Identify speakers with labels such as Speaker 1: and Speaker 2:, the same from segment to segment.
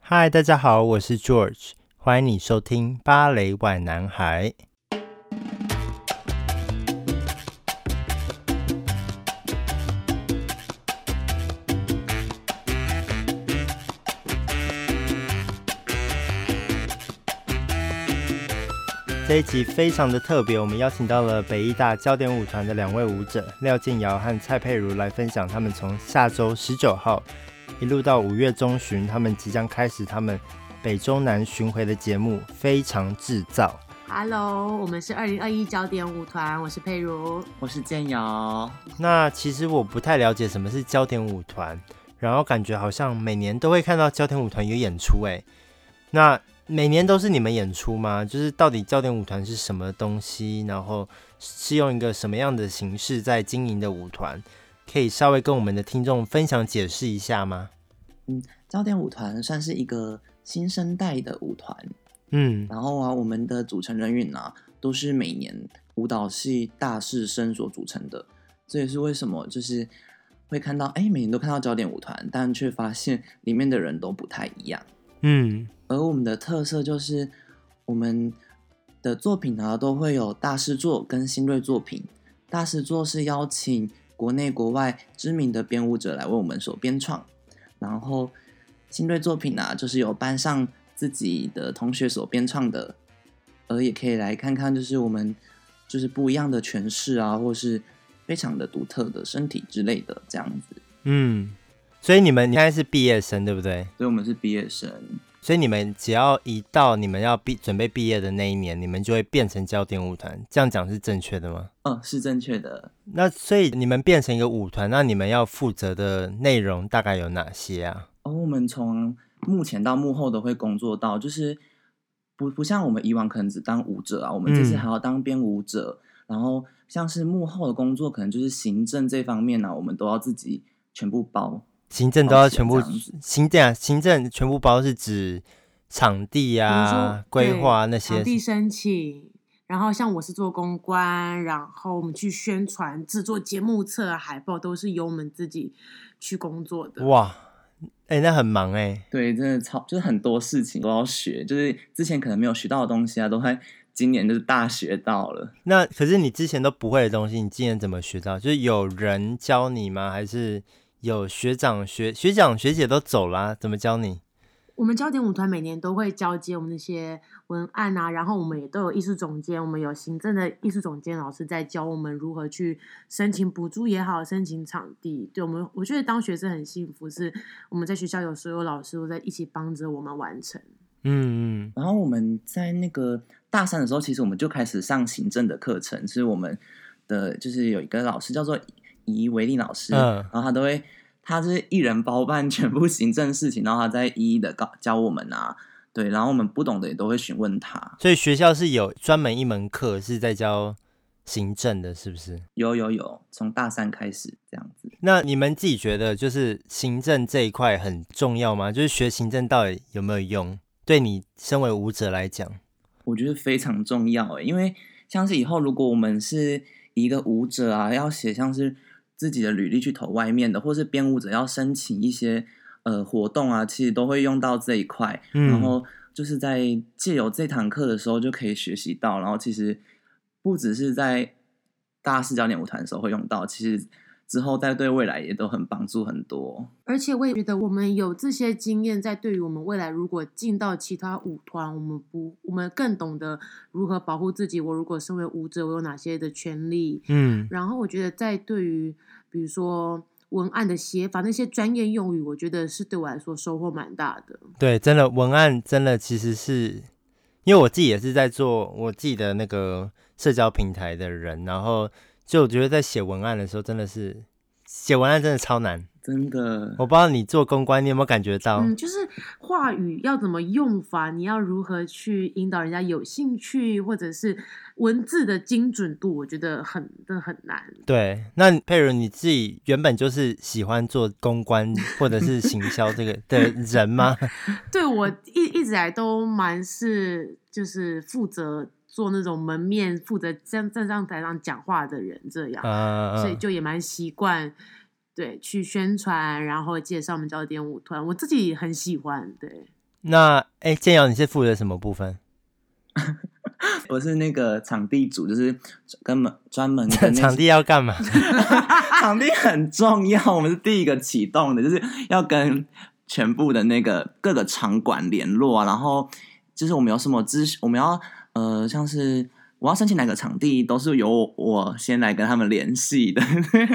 Speaker 1: 嗨，大家好，我是 George，欢迎你收听《芭蕾外男孩》。这一集非常的特别，我们邀请到了北艺大焦点舞团的两位舞者廖静瑶和蔡佩如来分享他们从下周十九号一路到五月中旬，他们即将开始他们北中南巡回的节目《非常制造》。
Speaker 2: Hello，我们是二零二一焦点舞团，我是佩如。
Speaker 3: 我是建瑶，
Speaker 1: 那其实我不太了解什么是焦点舞团，然后感觉好像每年都会看到焦点舞团有演出，哎，那每年都是你们演出吗？就是到底焦点舞团是什么东西，然后是用一个什么样的形式在经营的舞团？可以稍微跟我们的听众分享解释一下吗？
Speaker 3: 焦点舞团算是一个新生代的舞团，
Speaker 1: 嗯
Speaker 3: 然后啊，我们的组成人员啊，都是每年舞蹈系大四生所组成的，这也是为什么就是会看到，哎，每年都看到焦点舞团，但却发现里面的人都不太一样。
Speaker 1: 嗯
Speaker 3: 而我们的特色就是我们的作品呢、都会有大师作跟新锐作品。大师作是邀请国内国外知名的编舞者来为我们所编创，然后新锐作品呢、啊就是由班上自己的同学所编创的，而也可以来看看就是我们就是不一样的诠释啊，或是非常的独特的身体之类的这样子。
Speaker 1: 嗯，所以你们应该是毕业生对不对？
Speaker 3: 所以我们是毕业生，
Speaker 1: 所以你们只要一到你们要毕准备毕业的那一年，你们就会变成焦点舞团，这样讲是正确的吗？
Speaker 3: 嗯，是正确的。
Speaker 1: 那所以你们变成一个舞团，那你们要负责的内容大概有哪些啊？
Speaker 3: 而哦我们从幕前到幕后都会工作到，就是不不像我们以往可能只当舞者啊，我们这次
Speaker 1: 嗯
Speaker 3: 还要当编舞者，然后像是幕后的工作，可能就是行政这方面呢、啊我们都要自己全部包。
Speaker 1: 行政都要
Speaker 3: 哦是
Speaker 1: 全部
Speaker 3: 这样子
Speaker 1: 行政啊，行政全部包是指场地啊、
Speaker 2: 比如说
Speaker 1: 规划
Speaker 2: 对
Speaker 1: 那些
Speaker 2: 场地申请，然后像我是做公关，然后我们去宣传、制作节目册、海报，都是由我们自己去工作的。
Speaker 1: 哇，哎、那很忙哎、
Speaker 3: 对，真的超就是很多事情都要学，就是之前可能没有学到的东西啊，都在今年就是大学到了。
Speaker 1: 那可是你之前都不会的东西，你今年怎么学到？就是有人教你吗？还是有学长学学长学姐都走啦、怎么教你？
Speaker 2: 我们焦点舞团每年都会交接我们那些文案啊，然后我们也都有艺术总监，我们有行政的艺术总监老师在教我们如何去申请补助也好，申请场地。对我们，我觉得当学生很幸福，是我们在学校有所有老师都在一起帮着我们完成。
Speaker 1: 嗯嗯，
Speaker 3: 然后我们在那个大三的时候，其实我们就开始上行政的课程，是我们的就是有一个老师叫做怡维利老师，
Speaker 1: 嗯
Speaker 3: 然后他都会，他是一人包办全部行政事情，然后他在一一的告教我们啊，对，然后我们不懂的也都会询问他，
Speaker 1: 所以学校是有专门一门课是在教行政的，是不是？
Speaker 3: 有有有，从大三开始这样子。
Speaker 1: 那你们自己觉得，就是行政这一块很重要吗？就是学行政到底有没有用？对你身为舞者来讲，
Speaker 3: 我觉得非常重要诶，因为像是以后如果我们是一个舞者啊，要写像是自己的履历去投外面的，或是编舞者要申请一些呃活动啊，其实都会用到这一块。
Speaker 1: 嗯
Speaker 3: 然后就是在借由这堂课的时候就可以学习到，然后其实不只是在大四教练舞团的时候会用到，其实之后在对未来也都很帮助很多。
Speaker 2: 而且我也觉得，我们有这些经验，在对于我们未来如果进到其他舞团，我们不，我们更懂得如何保护自己。我如果身为舞者，我有哪些的权利？
Speaker 1: 嗯，
Speaker 2: 然后我觉得在对于比如说文案的写法那些专业用语，我觉得是对我来说收获蛮大的。
Speaker 1: 对，真的文案真的其实是，因为我自己也是在做我自己的那个社交平台的人，然后就我觉得在写文案的时候，真的是写文案真的超难。
Speaker 3: 真的，
Speaker 1: 我不知道你做公关，你有没有感觉到？
Speaker 2: 嗯，就是话语要怎么用法，你要如何去引导人家有兴趣，或者是文字的精准度，我觉得很真的很难。
Speaker 1: 对，那佩如你自己原本就是喜欢做公关或者是行销这个的人吗？
Speaker 2: 对我一一直以来都蛮是就是负责做那种门面，负责站站上台上讲话的人这样。
Speaker 1: 啊、
Speaker 2: 所以就也蛮习惯对去宣传，然后介绍我们焦点舞团，我自己很喜欢。对，
Speaker 1: 那哎，建瑶，你是负责什么部分？
Speaker 3: 我是那个场地组，就是专门专门跟那
Speaker 1: 场地要干嘛？
Speaker 3: 场地很重要，我们是第一个启动的，就是要跟全部的那个各个场馆联络啊，然后就是我们有什么资讯，我们要呃，像是我要申请哪个场地，都是由我先来跟他们联系的，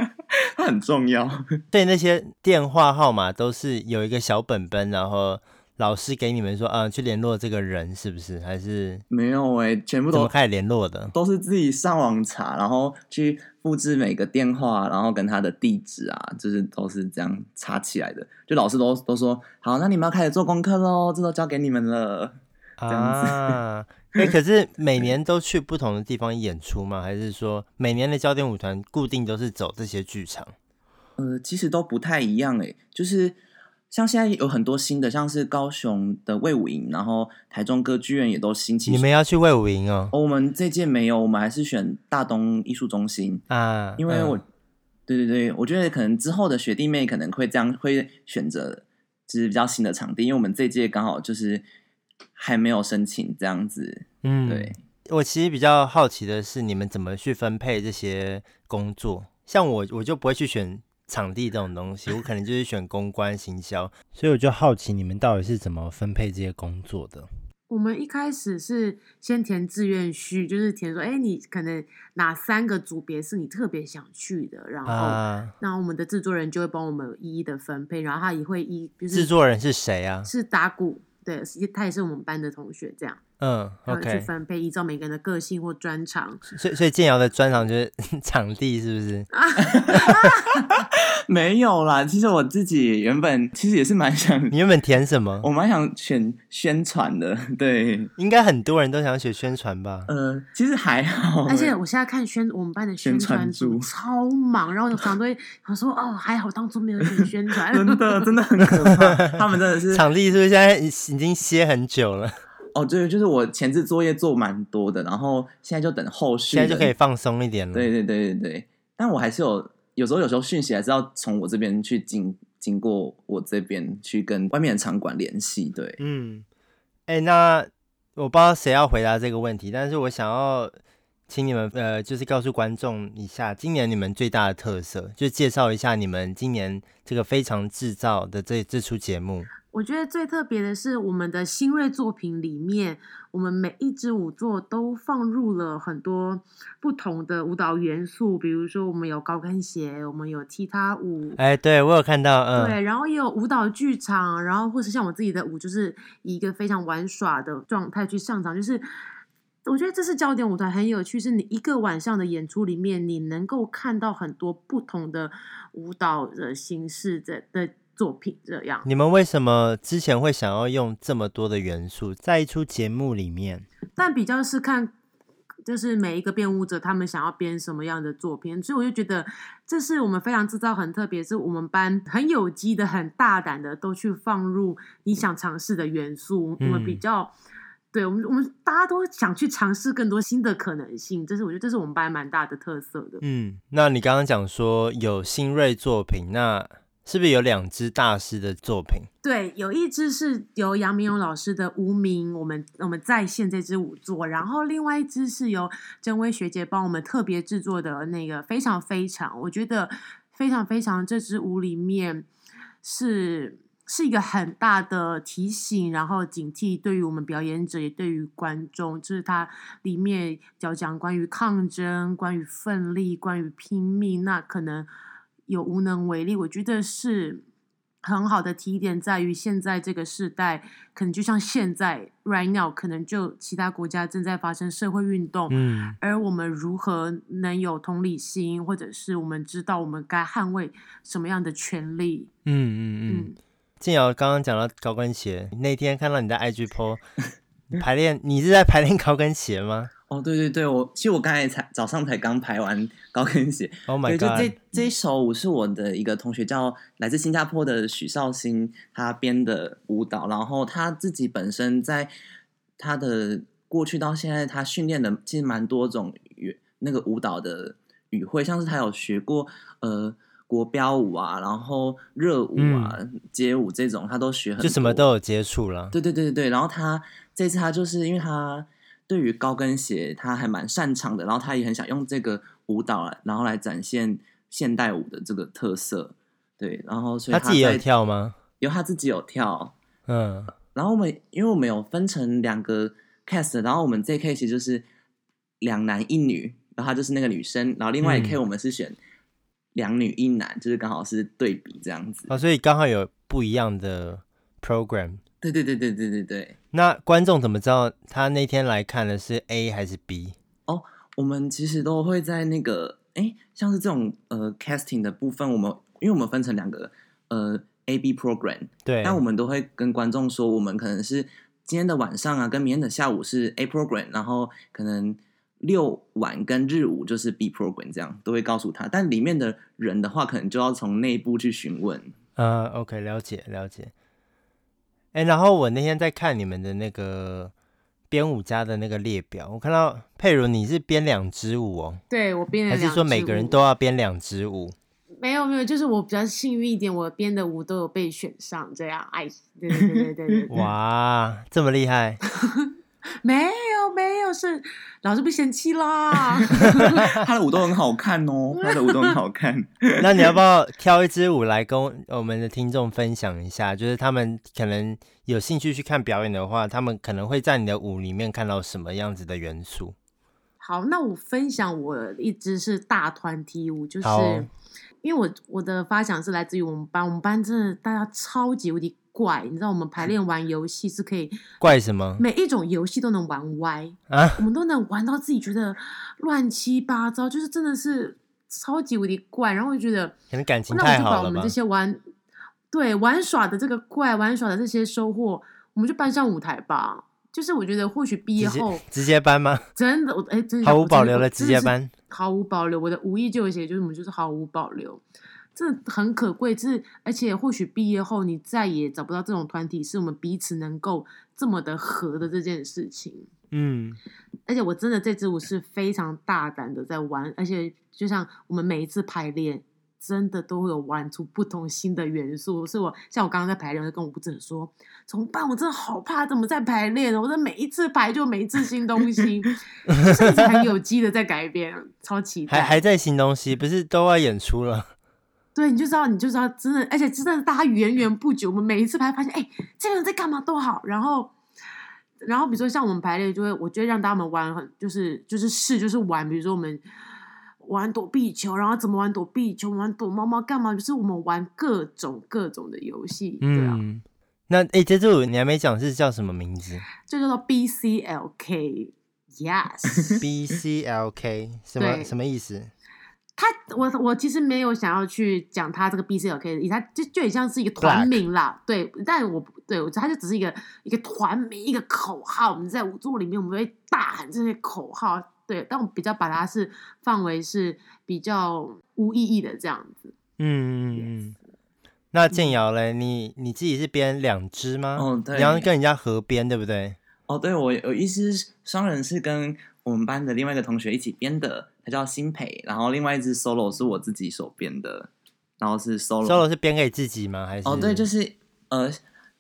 Speaker 3: 它很重要。
Speaker 1: 对，那些电话号码都是有一个小本本，然后老师给你们说，啊，去联络这个人，是不是？还是
Speaker 3: 没有哎、全部
Speaker 1: 怎么
Speaker 3: 都
Speaker 1: 开始联络的？
Speaker 3: 都是自己上网查，然后去复制每个电话，然后跟他的地址啊，就是都是这样查起来的。就老师都都说好，那你们要开始做功课喽，这都交给你们了。 这样子
Speaker 1: 啊，哎、可是每年都去不同的地方演出吗？还是说每年的焦点舞团固定都是走这些剧场？
Speaker 3: 呃，其实都不太一样诶，就是像现在有很多新的，像是高雄的魏武营，然后台中歌剧院也都兴起。
Speaker 1: 你们要去魏武营哦？
Speaker 3: 哦我们这届没有，我们还是选大东艺术中心，
Speaker 1: 啊，
Speaker 3: 因为我，
Speaker 1: 嗯
Speaker 3: 对对对，我觉得可能之后的学弟妹可能会这样，会选择就是比较新的场地，因为我们这届刚好就是还没有申请这样子，
Speaker 1: 嗯，
Speaker 3: 对。
Speaker 1: 我其实比较好奇的是，你们怎么去分配这些工作？像我，我就不会去选场地这种东西，我可能就是选公关、行销，所以我就好奇你们到底是怎么分配这些工作的。
Speaker 2: 我们一开始是先填志愿序，就是填说，哎、你可能哪三个组别是你特别想去的，然后、
Speaker 1: 啊，
Speaker 2: 那我们的制作人就会帮我们一一的分配，然后他也会一就是
Speaker 1: 制作人是谁啊？
Speaker 2: 是打鼓，对，是他也是我们班的同学，这样
Speaker 1: 嗯
Speaker 2: 他会去
Speaker 1: ，OK，
Speaker 2: 分配，依照每个人的个性或专长。
Speaker 1: 所以所以建瑶的专长就是 场地，是不是？
Speaker 3: 没有啦。其实我自己原本其实也是蛮想
Speaker 1: 你，原本填什么？
Speaker 3: 我蛮想选宣传的，对。
Speaker 1: 应该很多人都想学宣传吧？
Speaker 3: 呃，其实还好欸，
Speaker 2: 而且我现在看宣我们班的宣
Speaker 3: 宣传
Speaker 2: 传组
Speaker 3: 组
Speaker 2: 超忙，然后我常常都会想说，哦，还好当初没有选宣传，
Speaker 3: 真的真的很可怕，他们真的是
Speaker 1: 场地是不是现在已经歇很久了？
Speaker 3: 哦，对，就是我前置作业做蛮多的，然后现在就等后续
Speaker 1: 现
Speaker 3: 的，
Speaker 1: 在就可以放松一点了。
Speaker 3: 对对对对对，但我还是有有时候有时候讯息还是要从我这边去经经过我这边去跟外面的场馆联系，对，
Speaker 1: 嗯，哎、那我不知道谁要回答这个问题，但是我想要请你们呃，就是告诉观众一下，今年你们最大的特色，就介绍一下你们今年这个非常制造的这这出节目。
Speaker 2: 我觉得最特别的是，我们的新锐作品里面，我们每一支舞作都放入了很多不同的舞蹈元素，比如说我们有高跟鞋，我们有踢踏舞，
Speaker 1: 哎、对我有看到，嗯，
Speaker 2: 对，然后也有舞蹈剧场，然后或是像我自己的舞，就是以一个非常玩耍的状态去上场，就是我觉得这是焦点舞团很有趣，是你一个晚上的演出里面，你能够看到很多不同的舞蹈的形式的的作品这样。
Speaker 1: 你们为什么之前会想要用这么多的元素在一出节目里面？
Speaker 2: 但比较是看，就是每一个编舞者他们想要编什么样的作品，所以我就觉得这是我们非常制造很特别，是我们班很有机的、很大胆的都去放入你想尝试的元素，我们比
Speaker 1: 嗯
Speaker 2: 较。对我们，我们大家都想去尝试更多新的可能性，这是我觉得这是我们班蛮大的特色的。
Speaker 1: 嗯，那你刚刚讲说有新锐作品，那是不是有两支大师的作品？
Speaker 2: 对，有一支是由杨明勇老师的《无名》，我们我们在线这支舞做，然后另外一支是由珍薇学姐帮我们特别制作的那个《非常非常》，我觉得《非常非常》这支舞里面是是一个很大的提醒，然后警惕对于我们表演者，也对于观众，就是它里面要讲关于抗争、关于奋力、关于拼命，那可能有无能为力，我觉得是。很好的提点在于，现在这个时代，可能就像现在 right now，可能就其他国家正在发生社会运动，
Speaker 1: 嗯，
Speaker 2: 而我们如何能有同理心，或者是我们知道我们该捍卫什么样的权利？
Speaker 1: 嗯嗯嗯
Speaker 2: 嗯，
Speaker 1: 静瑶刚刚讲到高跟鞋，那天看到你在 IG po 排练，你是在排练高跟鞋 吗
Speaker 3: 哦，对对对，我其实我刚才才早上才刚排完高跟鞋，
Speaker 1: ？Oh
Speaker 3: 对，
Speaker 1: my
Speaker 3: 就
Speaker 1: god！
Speaker 3: 这这一首舞是我的一个同学叫来自新加坡的许绍兴他编的舞蹈，然后他自己本身在他的过去到现在，他训练的其实蛮多种语那个舞蹈的语汇，像是他有学过呃国标舞啊，然后热舞啊、街舞这种，他都学很多，
Speaker 1: 就嗯什么都有接触了。
Speaker 3: 对对对对对，然后他这次他就是因为他对于高跟鞋他还蛮擅长的，然后他也很想用这个舞蹈来，然后来展现现代舞的这个特色。对，然后所以
Speaker 1: 他自己
Speaker 3: 在
Speaker 1: 有，跳吗？
Speaker 3: 有他自己有跳。
Speaker 1: 嗯，
Speaker 3: 然后我们因为我们有分成两个 cast，然后我们这 case 就是两男一女，然后他就是那个女生，然后另外一
Speaker 1: 嗯
Speaker 3: c 我们是选两女一男，就是刚好是对比这样子。
Speaker 1: 啊，所以刚好有不一样的 program。
Speaker 3: 对对对对对对对。
Speaker 1: 那观众怎么知道他那天来看的是 A 还是 B？
Speaker 3: 我们其实都会在那个，哎，像是这种呃 casting 的部分，我们因为我们分成两个呃 A B program，
Speaker 1: 对，
Speaker 3: 那我们都会跟观众说，我们可能是今天的晚上啊，跟明天的下午是 A program，然后可能六晚跟日午就是 B program，这样都会告诉他。但里面的人的话，可能就要从内部去询问。
Speaker 1: 嗯 o k 了解了解。哎、然后我那天在看你们的那个编舞家的那个列表，我看到佩如你是编两支舞哦，
Speaker 2: 对我编了
Speaker 1: 还
Speaker 2: 两
Speaker 1: 是说每
Speaker 2: 支
Speaker 1: 个人
Speaker 2: 舞
Speaker 1: 都要编两支舞？
Speaker 2: 没有没有，就是我比较幸运一点，我编的舞都有被选上，这样哎，对对对对对
Speaker 1: 嗯
Speaker 2: 对，
Speaker 1: 哇，这么厉害！
Speaker 2: 没有没有是老师被嫌弃啦，
Speaker 3: 他的舞都很好看哦，他的舞都很好看。
Speaker 1: 那你要不要挑一支舞来跟我们的听众分享一下？就是他们可能有兴趣去看表演的话，他们可能会在你的舞里面看到什么样子的元素？
Speaker 2: 好，那我分享我一支是大团体舞，就是
Speaker 1: 好哦
Speaker 2: 因为我我的发想是来自于我们班，我们班真的大家超级无敌怪，你知道我们排练玩游戏是可以
Speaker 1: 怪什么？
Speaker 2: 每一种游戏都能玩歪
Speaker 1: 啊
Speaker 2: 我们都能玩到自己觉得乱七八糟，就是真的是超级无敌怪，然后我就觉得
Speaker 1: 可能感情
Speaker 2: 那我
Speaker 1: 太
Speaker 2: 就把
Speaker 1: 好
Speaker 2: 我
Speaker 1: 了
Speaker 2: 们
Speaker 1: 吧
Speaker 2: 这？些玩对玩耍的这个怪玩耍的这些收获，我们就搬上舞台吧。就是我觉得或许毕业
Speaker 1: 直接
Speaker 2: 后
Speaker 1: 直接搬吗？
Speaker 2: 真的，我哎、真的
Speaker 1: 毫
Speaker 2: 想
Speaker 1: 无
Speaker 2: 我
Speaker 1: 保
Speaker 2: 真的
Speaker 1: 留
Speaker 2: 我
Speaker 1: 的
Speaker 2: 真
Speaker 1: 直接
Speaker 2: 是
Speaker 1: 搬
Speaker 2: 毫无保留。我的无意就有写，就是我们就是毫无保留，这很可贵。这而且或许毕业后你再也找不到这种团体，是我们彼此能够这么的合的这件事情。
Speaker 1: 嗯，
Speaker 2: 而且我真的这支舞是非常大胆的在玩，而且就像我们每一次排练，真的都会有玩出不同新的元素。是我像我刚刚在排练，我就跟我舞者说，怎么办？我真的好怕怎么在排练哦，我这每一次排就每一次新东西， 就是一直很有机的在改变，超期
Speaker 1: 还还
Speaker 2: 待。
Speaker 1: 在新东西，不是都要演出了？
Speaker 2: 对，你就知道，你就知道，真的，而且真的大家源源不绝。我们每一次排发现，哎、这个人在干嘛都好，然后。然后比如说像我们排练，就会我就会让他们玩很就是就是试就是玩，比如说我们玩躲避球，然后怎么玩躲避球，玩躲猫猫干嘛，就是我们玩各种各种的游戏，对啊，
Speaker 1: 嗯，那诶，这支舞你还没讲是叫什么名字
Speaker 2: 这叫做 BCLK，yes。
Speaker 1: ？B C L K 什么
Speaker 2: 对
Speaker 1: 什么意思？
Speaker 2: 他我我其实没有想要去讲他这个 BCLK 的意思，他就就很像是一个团
Speaker 1: Flag
Speaker 2: 名啦，对，但我不对我他就只是一个一个团名一个口号，我们在舞作里面我们会大喊这些口号，对，但我比较把它是放为是比较无意义的这样子。
Speaker 1: 嗯嗯嗯。那建瑶嘞，你你自己是编两支吗？
Speaker 3: 哦对
Speaker 1: 你要跟人家合编，对不对？
Speaker 3: 哦，对，我有一支双人是跟我们班的另外一个同学一起编的，他叫新培，然后另外一支 solo 是我自己手编的，然后是 solo。
Speaker 1: solo 是编给自己吗？还是？
Speaker 3: 哦，对，就是呃，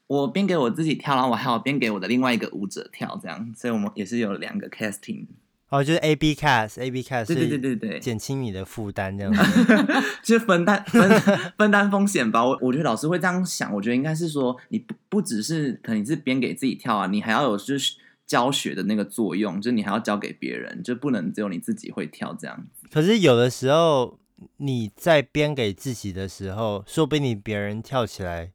Speaker 3: 我编给我自己跳，然后我还有编给我的另外一个舞者跳，这样，所以我们也是有两个 casting。
Speaker 1: 哦，就是 A B cast，A B cast，
Speaker 3: 对对对对对，
Speaker 1: 减轻你的负担这样 子。
Speaker 3: 就是分担分分担风险吧。我我觉得老师会这样想，我觉得应该是说，你不不只是可能你是编给自己跳啊，你还要有就是教学的那个作用，就是你还要教给别人，就不能只有你自己会跳这样。
Speaker 1: 可是有的时候你在编给自己的时候，说不定你别人跳起来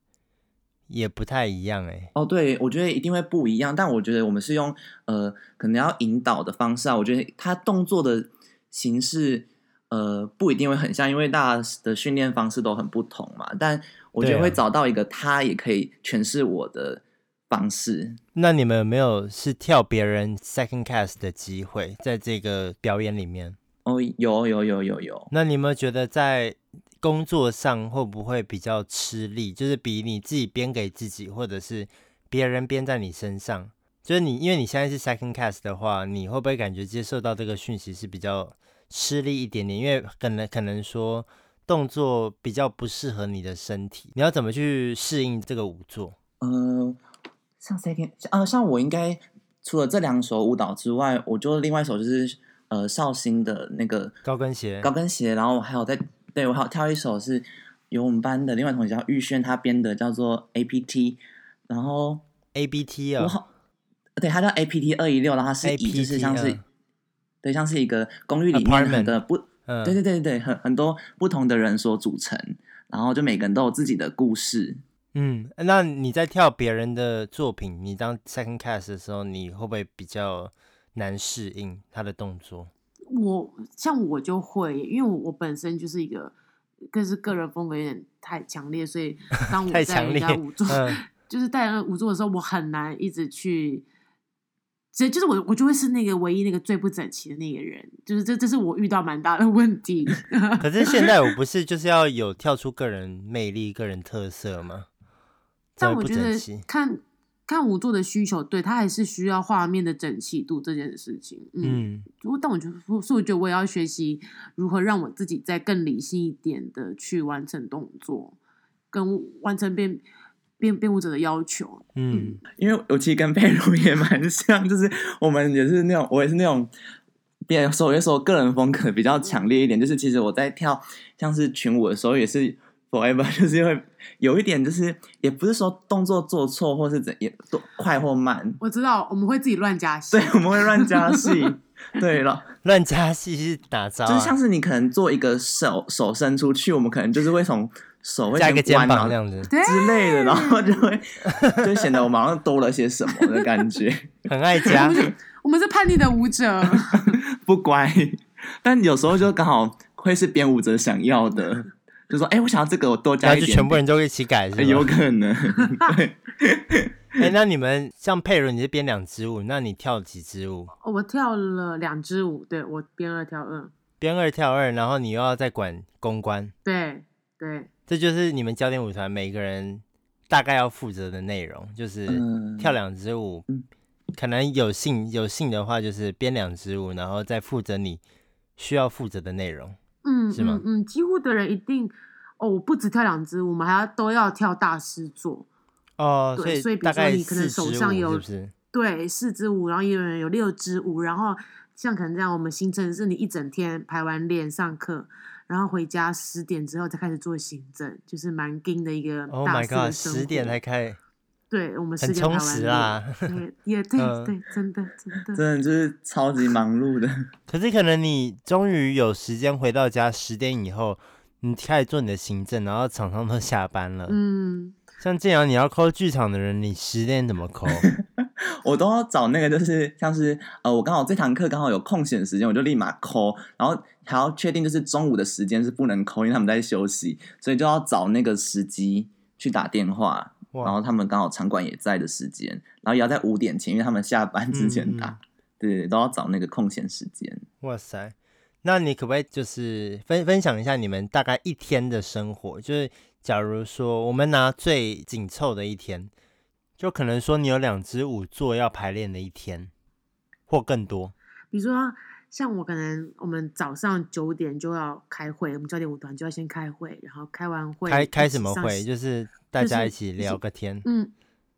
Speaker 1: 也不太一样哎、
Speaker 3: 哦，对，我觉得一定会不一样，但我觉得我们是用呃，可能要引导的方式啊，我觉得他动作的形式呃不一定会很像，因为大家的训练方式都很不同嘛，但我觉
Speaker 1: 对
Speaker 3: 得
Speaker 1: 啊
Speaker 3: 会找到一个他也可以诠释我的方式。
Speaker 1: 那你们有没有是跳别人 second cast 的机会，在这个表演里面？
Speaker 3: 哦，有有有有有，
Speaker 1: 那你有没有觉得在工作上会不会比较吃力？就是比你自己编给自己，或者是别人编在你身上，就是你因为你现在是 second cast 的话，你会不会感觉接受到这个讯息是比较吃力一点点？因为可能可能说动作比较不适合你的身体，你要怎么去适应这个舞作？
Speaker 3: 嗯，像谁天啊，像我应该除了这两首舞蹈之外，我就另外一首就是呃绍兴的那个
Speaker 1: 高跟鞋
Speaker 3: 高跟鞋，然后我还有在对我还有跳一首是由我们班的另外同学叫玉轩他编的，叫做 APT，然后
Speaker 1: A B T
Speaker 3: 我
Speaker 1: 啊，
Speaker 3: 好，对，它叫 APT 二一六，然后它是以
Speaker 1: APT
Speaker 3: 就是像是
Speaker 1: 嗯，
Speaker 3: 对，像是一个公寓里面
Speaker 1: Apartment
Speaker 3: 很的不，
Speaker 1: 嗯，
Speaker 3: 对对对对，很很多不同的人所组成，然后就每个人都有自己的故事。
Speaker 1: 嗯，那你在跳别人的作品，你当 second cast 的时候，你会不会比较难适应他的动作？
Speaker 2: 我像我就会，因为我我本身就是一个，更是个人风格有点太强烈，所以当
Speaker 1: 太
Speaker 2: 我在
Speaker 1: 强
Speaker 2: 人
Speaker 1: 烈
Speaker 2: 家舞作，
Speaker 1: 嗯
Speaker 2: 就是带人舞作的时候，我很难一直去。所以就是我，我就会是那个唯一那个最不整齐的那个人，就是这，这是我遇到蛮大的 问题。
Speaker 1: 可是现代舞不是就是要有跳出个人魅力、个人特色吗？才
Speaker 2: 但
Speaker 1: 会
Speaker 2: 我
Speaker 1: 不
Speaker 2: 觉
Speaker 1: 整
Speaker 2: 得
Speaker 1: 齐。
Speaker 2: 看看舞作的需求，对他还是需要画面的整齐度这件事情。嗯，
Speaker 1: 嗯，
Speaker 2: 如果但我觉得，所以我觉得我也要学习如何让我自己再更理性一点的去完成动作，跟完成编编编舞者的要求。
Speaker 1: 嗯，
Speaker 3: 因为我其实跟佩如也蛮像，就是我们也是那种，我也是那种，别说也说个人风格比较强烈一点，就是其实我在跳像是群舞的时候也是 forever，就是会有一点，就是也不是说动作做错或是怎也多快或慢，
Speaker 2: 我知道我们会自己乱加戏
Speaker 3: 对，，我们会乱加 戏，对了，
Speaker 1: 乱加戏是打招、啊，
Speaker 3: 就是像是你可能做一个手手伸出去，我们可能就是会从手会
Speaker 1: 加一个
Speaker 3: 先
Speaker 1: 肩
Speaker 3: 弯
Speaker 1: 膀这
Speaker 3: 然后
Speaker 1: 样子，
Speaker 2: 对，
Speaker 3: 之类的，然后就会就显得我们好像多了些什么的感觉。
Speaker 1: 很爱加。
Speaker 2: 我们是叛逆的舞者。
Speaker 3: 不乖，但有时候就刚好会是编舞者想 要的，就说：“哎、我想要这个，我多
Speaker 1: 然
Speaker 3: 加
Speaker 1: 后
Speaker 3: 一
Speaker 1: 就
Speaker 3: 点。”哎
Speaker 1: 全部 人都一起改，是吧？
Speaker 3: 有可能， 对，
Speaker 1: 哎、那你们像佩伦，你是编两支舞，那你跳几支舞？
Speaker 2: 哦我跳了两支舞，对我编二跳二，
Speaker 1: 编二跳二，然后你又要再管公关，
Speaker 2: 对对，
Speaker 1: 这就是你们焦点舞团每个人大概要负责的内容，就是
Speaker 3: 嗯
Speaker 1: 跳两支舞，
Speaker 3: 嗯
Speaker 1: 可能有幸有幸的话就是编两支舞，然后再负责你需要负责的内容。
Speaker 2: 嗯，
Speaker 1: 是吗
Speaker 2: 嗯嗯，几乎的人一定哦，我不止跳两支舞，我们还要都要跳大师座，
Speaker 1: 哦，
Speaker 2: 对所以比
Speaker 1: 大
Speaker 2: 如说
Speaker 1: 概
Speaker 2: 你可能
Speaker 1: 四支
Speaker 2: 手
Speaker 1: 舞
Speaker 2: 上有
Speaker 1: 是不是？
Speaker 2: 对，四支舞，然后也有人有六支舞，然后像可能这样，我们行程是你一整天排完练、上课，然后回家十点之后再开始做行政，就是蛮紧的一个
Speaker 1: Oh
Speaker 2: 大
Speaker 1: my
Speaker 2: 四的
Speaker 1: god，
Speaker 2: 生
Speaker 1: 十点
Speaker 2: 活
Speaker 1: 才开，
Speaker 2: 对，我们十
Speaker 1: 很
Speaker 2: 点排
Speaker 1: 充
Speaker 2: 完
Speaker 1: 实
Speaker 2: 练
Speaker 1: 啦。
Speaker 2: 对，也对
Speaker 1: 嗯
Speaker 2: 对，真的真的，
Speaker 3: 真的就是超级忙碌的。
Speaker 1: 可是可能你终于有时间回到家，十点以后你开始做你的行政，然后厂商都下班了。
Speaker 2: 嗯，
Speaker 1: 像这样你要抠剧场的人，你十点怎么抠？
Speaker 3: 我都要找那个，就是像是呃，我刚好这堂课刚好有空闲时间，我就立马抠，然后还要确定就是中午的时间是不能抠，因为他们在休息，所以就要找那个时机去打电话，然后
Speaker 1: 哇，
Speaker 3: 他们刚好场馆也在的时间，然后也要在五点前，因为他们下班之前打，
Speaker 1: 嗯
Speaker 3: 对，都要找那个空闲时间。
Speaker 1: 哇塞！那你可不可以就是分分享一下你们大概一天的生活？就是假如说我们拿最紧凑的一天，就可能说你有两支舞做要排练的一天，或更多。
Speaker 2: 比如说像我可能我们早上九点就要开会，我们教练舞团就要先开会，然后开完会
Speaker 1: 开
Speaker 2: 一
Speaker 1: 开
Speaker 2: 起
Speaker 1: 什么
Speaker 2: 上
Speaker 1: 会？
Speaker 2: 行
Speaker 1: 就是大
Speaker 2: 就
Speaker 1: 家
Speaker 2: 是
Speaker 1: 一起
Speaker 2: 一起
Speaker 1: 聊个天。
Speaker 2: 嗯，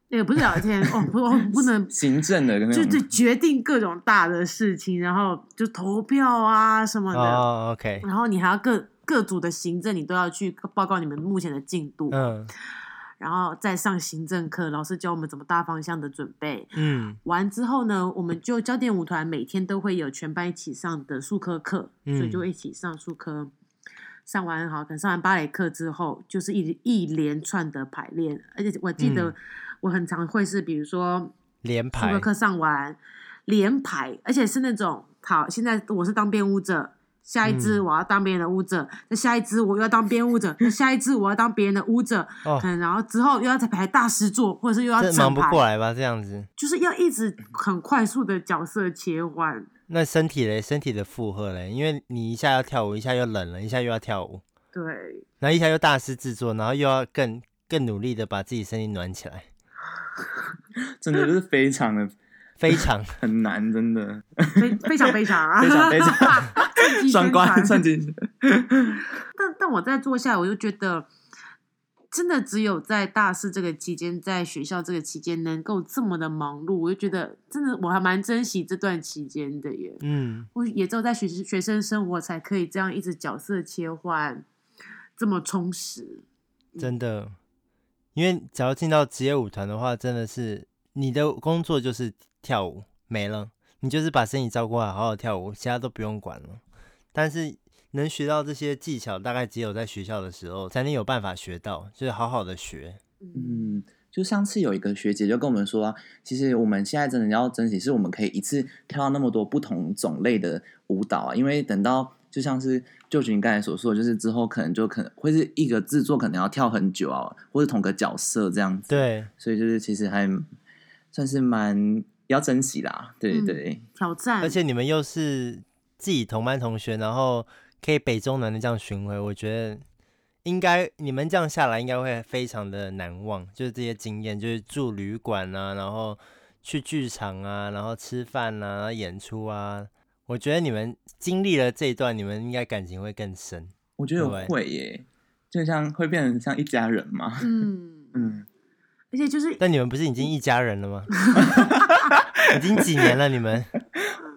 Speaker 2: 也不是聊天哦，不哦不能
Speaker 3: 行政的那
Speaker 2: 就
Speaker 3: 种，
Speaker 2: 就决定各种大的事情，然后就投票啊什么的，
Speaker 1: 哦，OK，
Speaker 2: 然后你还要各各组的行政你都要去报告你们目前的进度，
Speaker 1: 嗯
Speaker 2: 然后再上行政课，老师教我们怎么大方向的准备。
Speaker 1: 嗯
Speaker 2: 完之后呢，我们就焦点舞团每天都会有全班一起上的数科课，所以就
Speaker 1: 嗯
Speaker 2: 一起上数科。上完好，可能上完芭蕾课之后，就是一一连串的排练，而且我记
Speaker 1: 嗯
Speaker 2: 得我很常会是，比如说
Speaker 1: 连
Speaker 2: 数
Speaker 1: 排
Speaker 2: 科课上完连排，而且是那种好，现在我是当编舞者，下一支
Speaker 1: 嗯
Speaker 2: 我要当别人的舞者，那、下一支我又要当编舞者，那下一支我要当别人的舞者，
Speaker 1: 哦
Speaker 2: 可，能然后之后又要再排大师座，或者是又要
Speaker 1: 这
Speaker 2: 整
Speaker 1: 忙不
Speaker 2: 排，
Speaker 1: 过来吧？这样子，
Speaker 2: 就是要一直很快速的角色切换。
Speaker 1: 那身体嘞，身体的负荷嘞，因为你一下要跳舞，一下又冷了，一下又要跳舞，
Speaker 2: 对，
Speaker 1: 然后一下又大师制作，然后又要更更努力的把自己身体暖起来。
Speaker 3: 真的就是非常的
Speaker 1: 非常
Speaker 3: 很难，真的
Speaker 2: 非非常非常啊，
Speaker 3: 非常非常
Speaker 2: 趁机
Speaker 3: 双
Speaker 2: 宣传
Speaker 3: 关 算进。
Speaker 2: 但但我在坐下来，我就觉得，真的只有在大四这个期间，在学校这个期间，能够这么的忙碌，我就觉得真的我还蛮珍惜这段期间的耶。
Speaker 1: 嗯，
Speaker 2: 我也只有在学学生生活才可以这样一直角色切换，这么充实。
Speaker 1: 真的，因为只要进到职业舞团的话，真的是你的工作就是跳舞没了，你就是把身体照顾好，好好跳舞，其他都不用管了。但是能学到这些技巧，大概只有在学校的时候才能有办法学到，就是好好的学。
Speaker 2: 嗯，
Speaker 3: 嗯，就上次有一个学姐就跟我们说、啊，其实我们现在真的要珍惜，是我们可以一次跳到那么多不同种类的舞蹈啊，因为等到就像是就群刚才所说的，就是之后可能就可能会是一个制作，可能要跳很久啊，或者同个角色这样子。，
Speaker 1: 对，
Speaker 3: 所以就是其实还算是蛮要珍惜啦，对
Speaker 2: 嗯
Speaker 3: 对
Speaker 2: 挑战，
Speaker 1: 而且你们又是自己同班同学，然后可以北中南的这样巡回，我觉得应该你们这样下来应该会非常的难忘，就是这些经验，就是住旅馆啊，然后去剧场啊，然后吃饭啊，然后演出啊，我觉得你们经历了这一段，你们应该感情会更深。
Speaker 3: 我觉得
Speaker 1: 对
Speaker 3: 会耶，就像会变成像一家人嘛，
Speaker 2: 嗯，
Speaker 3: 嗯。
Speaker 2: 而且就是
Speaker 1: 但你们不是已经一家人了吗？ 已经几年了？你们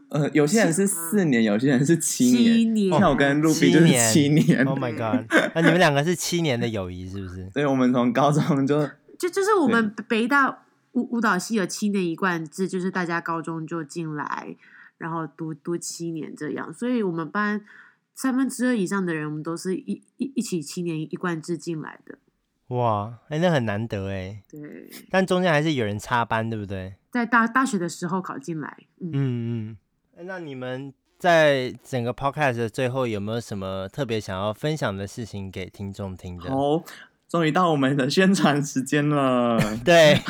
Speaker 3: 呃，有些人是四年，有些人是七
Speaker 2: 七
Speaker 3: 年。
Speaker 2: 年，
Speaker 3: 像我跟陆
Speaker 1: 哦七
Speaker 3: 比就是
Speaker 1: 年
Speaker 3: 七年，
Speaker 1: ？Oh my god！那、你们两个是七年的友谊是不是？
Speaker 3: 所以我们从高中就
Speaker 2: 就就是我们北大舞舞蹈系有七年一贯制，就是大家高中就进来，然后读读七年这样，所以我们班三分之二以上的人，我们都是一一一起七年一贯制进来的。
Speaker 1: 哇，哎、那很难得哎、
Speaker 2: 对，
Speaker 1: 但中间还是有人插班，对不对？
Speaker 2: 在大大学的时候考进来，嗯，
Speaker 1: 嗯嗯。那你们在整个 podcast 的最后有没有什么特别想要分享的事情给听众听的？
Speaker 3: 好，终于到我们的宣传时间了。
Speaker 1: 对，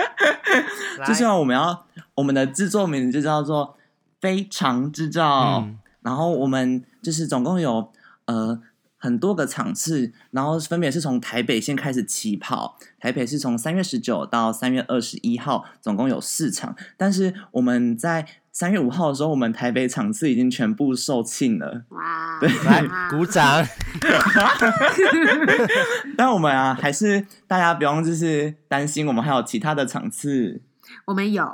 Speaker 3: 就像我们要我们的制作名字就叫做“非常制造”，
Speaker 1: 嗯
Speaker 3: 然后我们就是总共有呃很多个场次，然后分别是从台北先开始起跑，台北是从三月十九到三月二十一号，总共有四场，但是我们在三月五号的时候，我们台北场次已经全部售罄了。
Speaker 2: 哇，
Speaker 1: 来
Speaker 2: 哇
Speaker 1: 鼓掌，
Speaker 3: 但我们啊，还是大家不用就是担心，我们还有其他的场次。
Speaker 2: 我们有。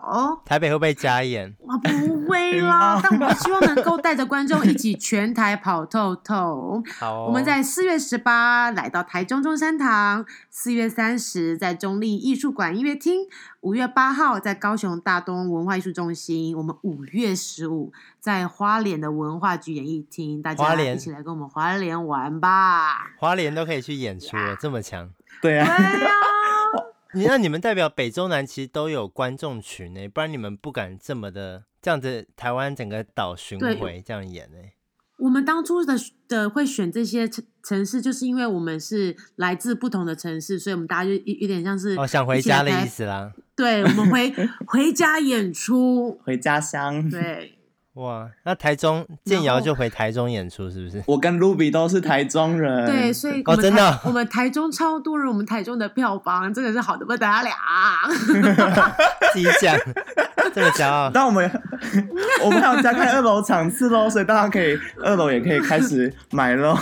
Speaker 1: 台北会不会加演？
Speaker 2: 哇，不
Speaker 1: 哎
Speaker 2: 会啦！但我们希望能够带着观众一起全台跑透透。
Speaker 1: 好哦、
Speaker 2: 我们在四月十八来到台中中山堂，四月三十在中立艺术馆音乐厅，五月八号在高雄大东文化艺术中心，我们五月十五在花莲的文化局演艺厅，大
Speaker 1: 花
Speaker 2: 家
Speaker 1: 莲
Speaker 2: 一起来跟我们花莲玩 吧！
Speaker 1: 花莲都可以去演出了，这么强。
Speaker 3: 对
Speaker 2: 对
Speaker 3: 啊，
Speaker 2: 呀、
Speaker 1: 你那你们代表北中南其实都有观众群呢、不然你们不敢这么的这样子，台湾整个岛巡
Speaker 2: 对
Speaker 1: 回这样演呢、
Speaker 2: 我们当初的的会选这些城城市，就是因为我们是来自不同的城市，所以我们大家就有有点像是
Speaker 1: 哦，想
Speaker 2: 一
Speaker 1: 回
Speaker 2: 起来
Speaker 1: 家的
Speaker 2: 台
Speaker 1: 意。思啦。
Speaker 2: 对，我们回回家演出。
Speaker 3: 回家乡。
Speaker 2: 对。
Speaker 1: 哇，那台中建
Speaker 2: 然
Speaker 1: 瑶
Speaker 2: 后
Speaker 1: 就回台中演出是不是？
Speaker 3: 我跟 Ruby 都是台中人，
Speaker 2: 对，所以
Speaker 1: 哦
Speaker 2: 我们
Speaker 1: 真的
Speaker 2: 台
Speaker 1: 啊
Speaker 2: 我们台中超多人，我们台中的票房真的是好的不得了。
Speaker 1: 自己 讲，这么骄傲。
Speaker 3: 但我们 我们还有加开二楼场次喽，所以大家可以二楼也可以开始买喽。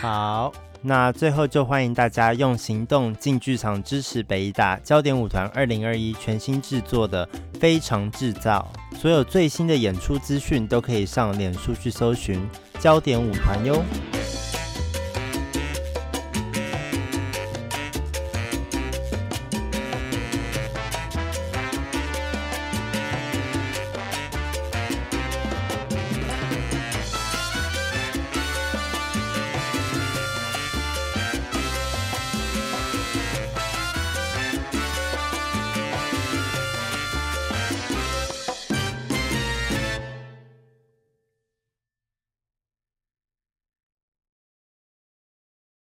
Speaker 1: 好，那最后就欢迎大家用行动进剧场支持北艺大焦点舞团二零二一全新制作的《非常制造》，所有最新的演出资讯都可以上脸书去搜寻焦点舞团哟。